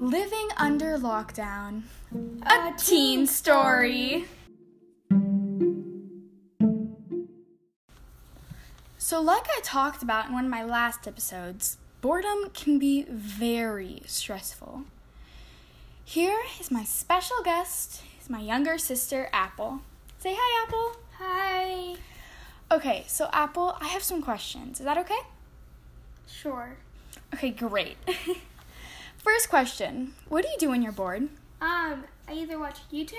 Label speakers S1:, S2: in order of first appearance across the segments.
S1: Living Under Lockdown A Teen Story. So, like I talked about in one of my last episodes, boredom can be very stressful. Here is my special guest, is my younger sister, Apple. Say hi, Apple.
S2: Hi.
S1: Okay, so Apple, I have some questions. Is that okay?
S2: Sure.
S1: Okay, great. First question What do you do when you're bored?
S2: Um, I either watch YouTube,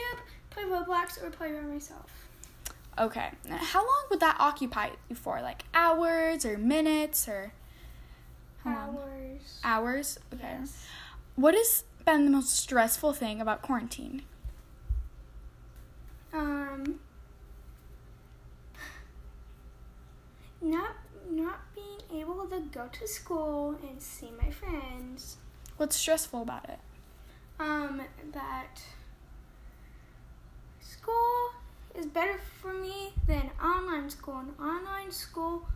S2: play Roblox, or play by myself.
S1: Okay, how long would that occupy you for? Like hours or minutes or how long?
S2: Hours.
S1: Hours? Okay.
S2: Yes.
S1: What has been the most stressful thing about quarantine?
S2: Um. Not not being able to go to school and see my friends.
S1: What's stressful about it?
S2: Um, that school is better for me than online school, and online school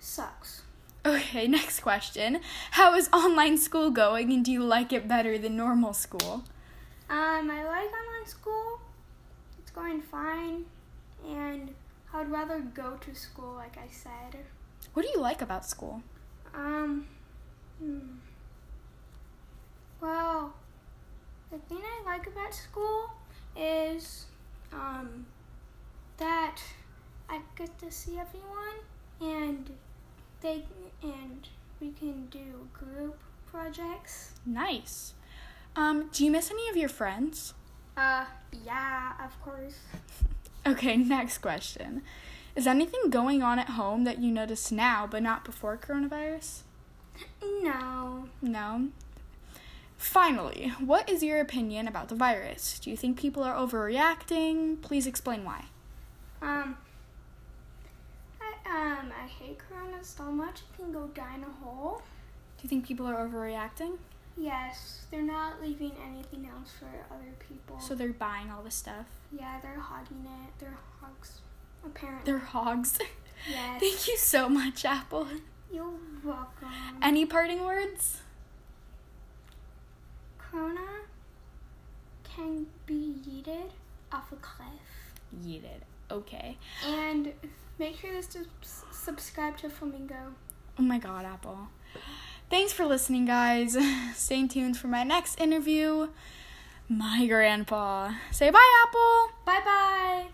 S2: sucks.
S1: Okay, next question. How is online school going and do you like it better than normal school?
S2: Um, I like online school. It's going fine, and I would rather go to school, like I said.
S1: What do you like about school?
S2: Um, hmm. well, the thing I like about school is um that I get to see everyone, and they and we can do group projects.
S1: Nice. Um, do you miss any of your friends?
S2: Uh, yeah, of course.
S1: Okay, next question. Is anything going on at home that you notice now but not before coronavirus?
S2: No.
S1: No. Finally, what is your opinion about the virus? Do you think people are overreacting? Please explain why.
S2: Um, I, um, I hate Corona so much it can go down a hole.
S1: Do you think people are overreacting?
S2: Yes, they're not leaving anything else for other people.
S1: So they're buying all the stuff.
S2: yeah, they're hogging it. They're hogs, apparently.
S1: They're hogs.
S2: yes.
S1: Thank you so much, Apple.
S2: You're welcome.
S1: Any parting words?
S2: Corona can be yeeted off a cliff.
S1: You did. Okay.
S2: And make sure to sus- subscribe to Flamingo.
S1: Oh my god, Apple. Thanks for listening, guys. Stay tuned for my next interview. My grandpa. Say bye, Apple.
S2: Bye bye.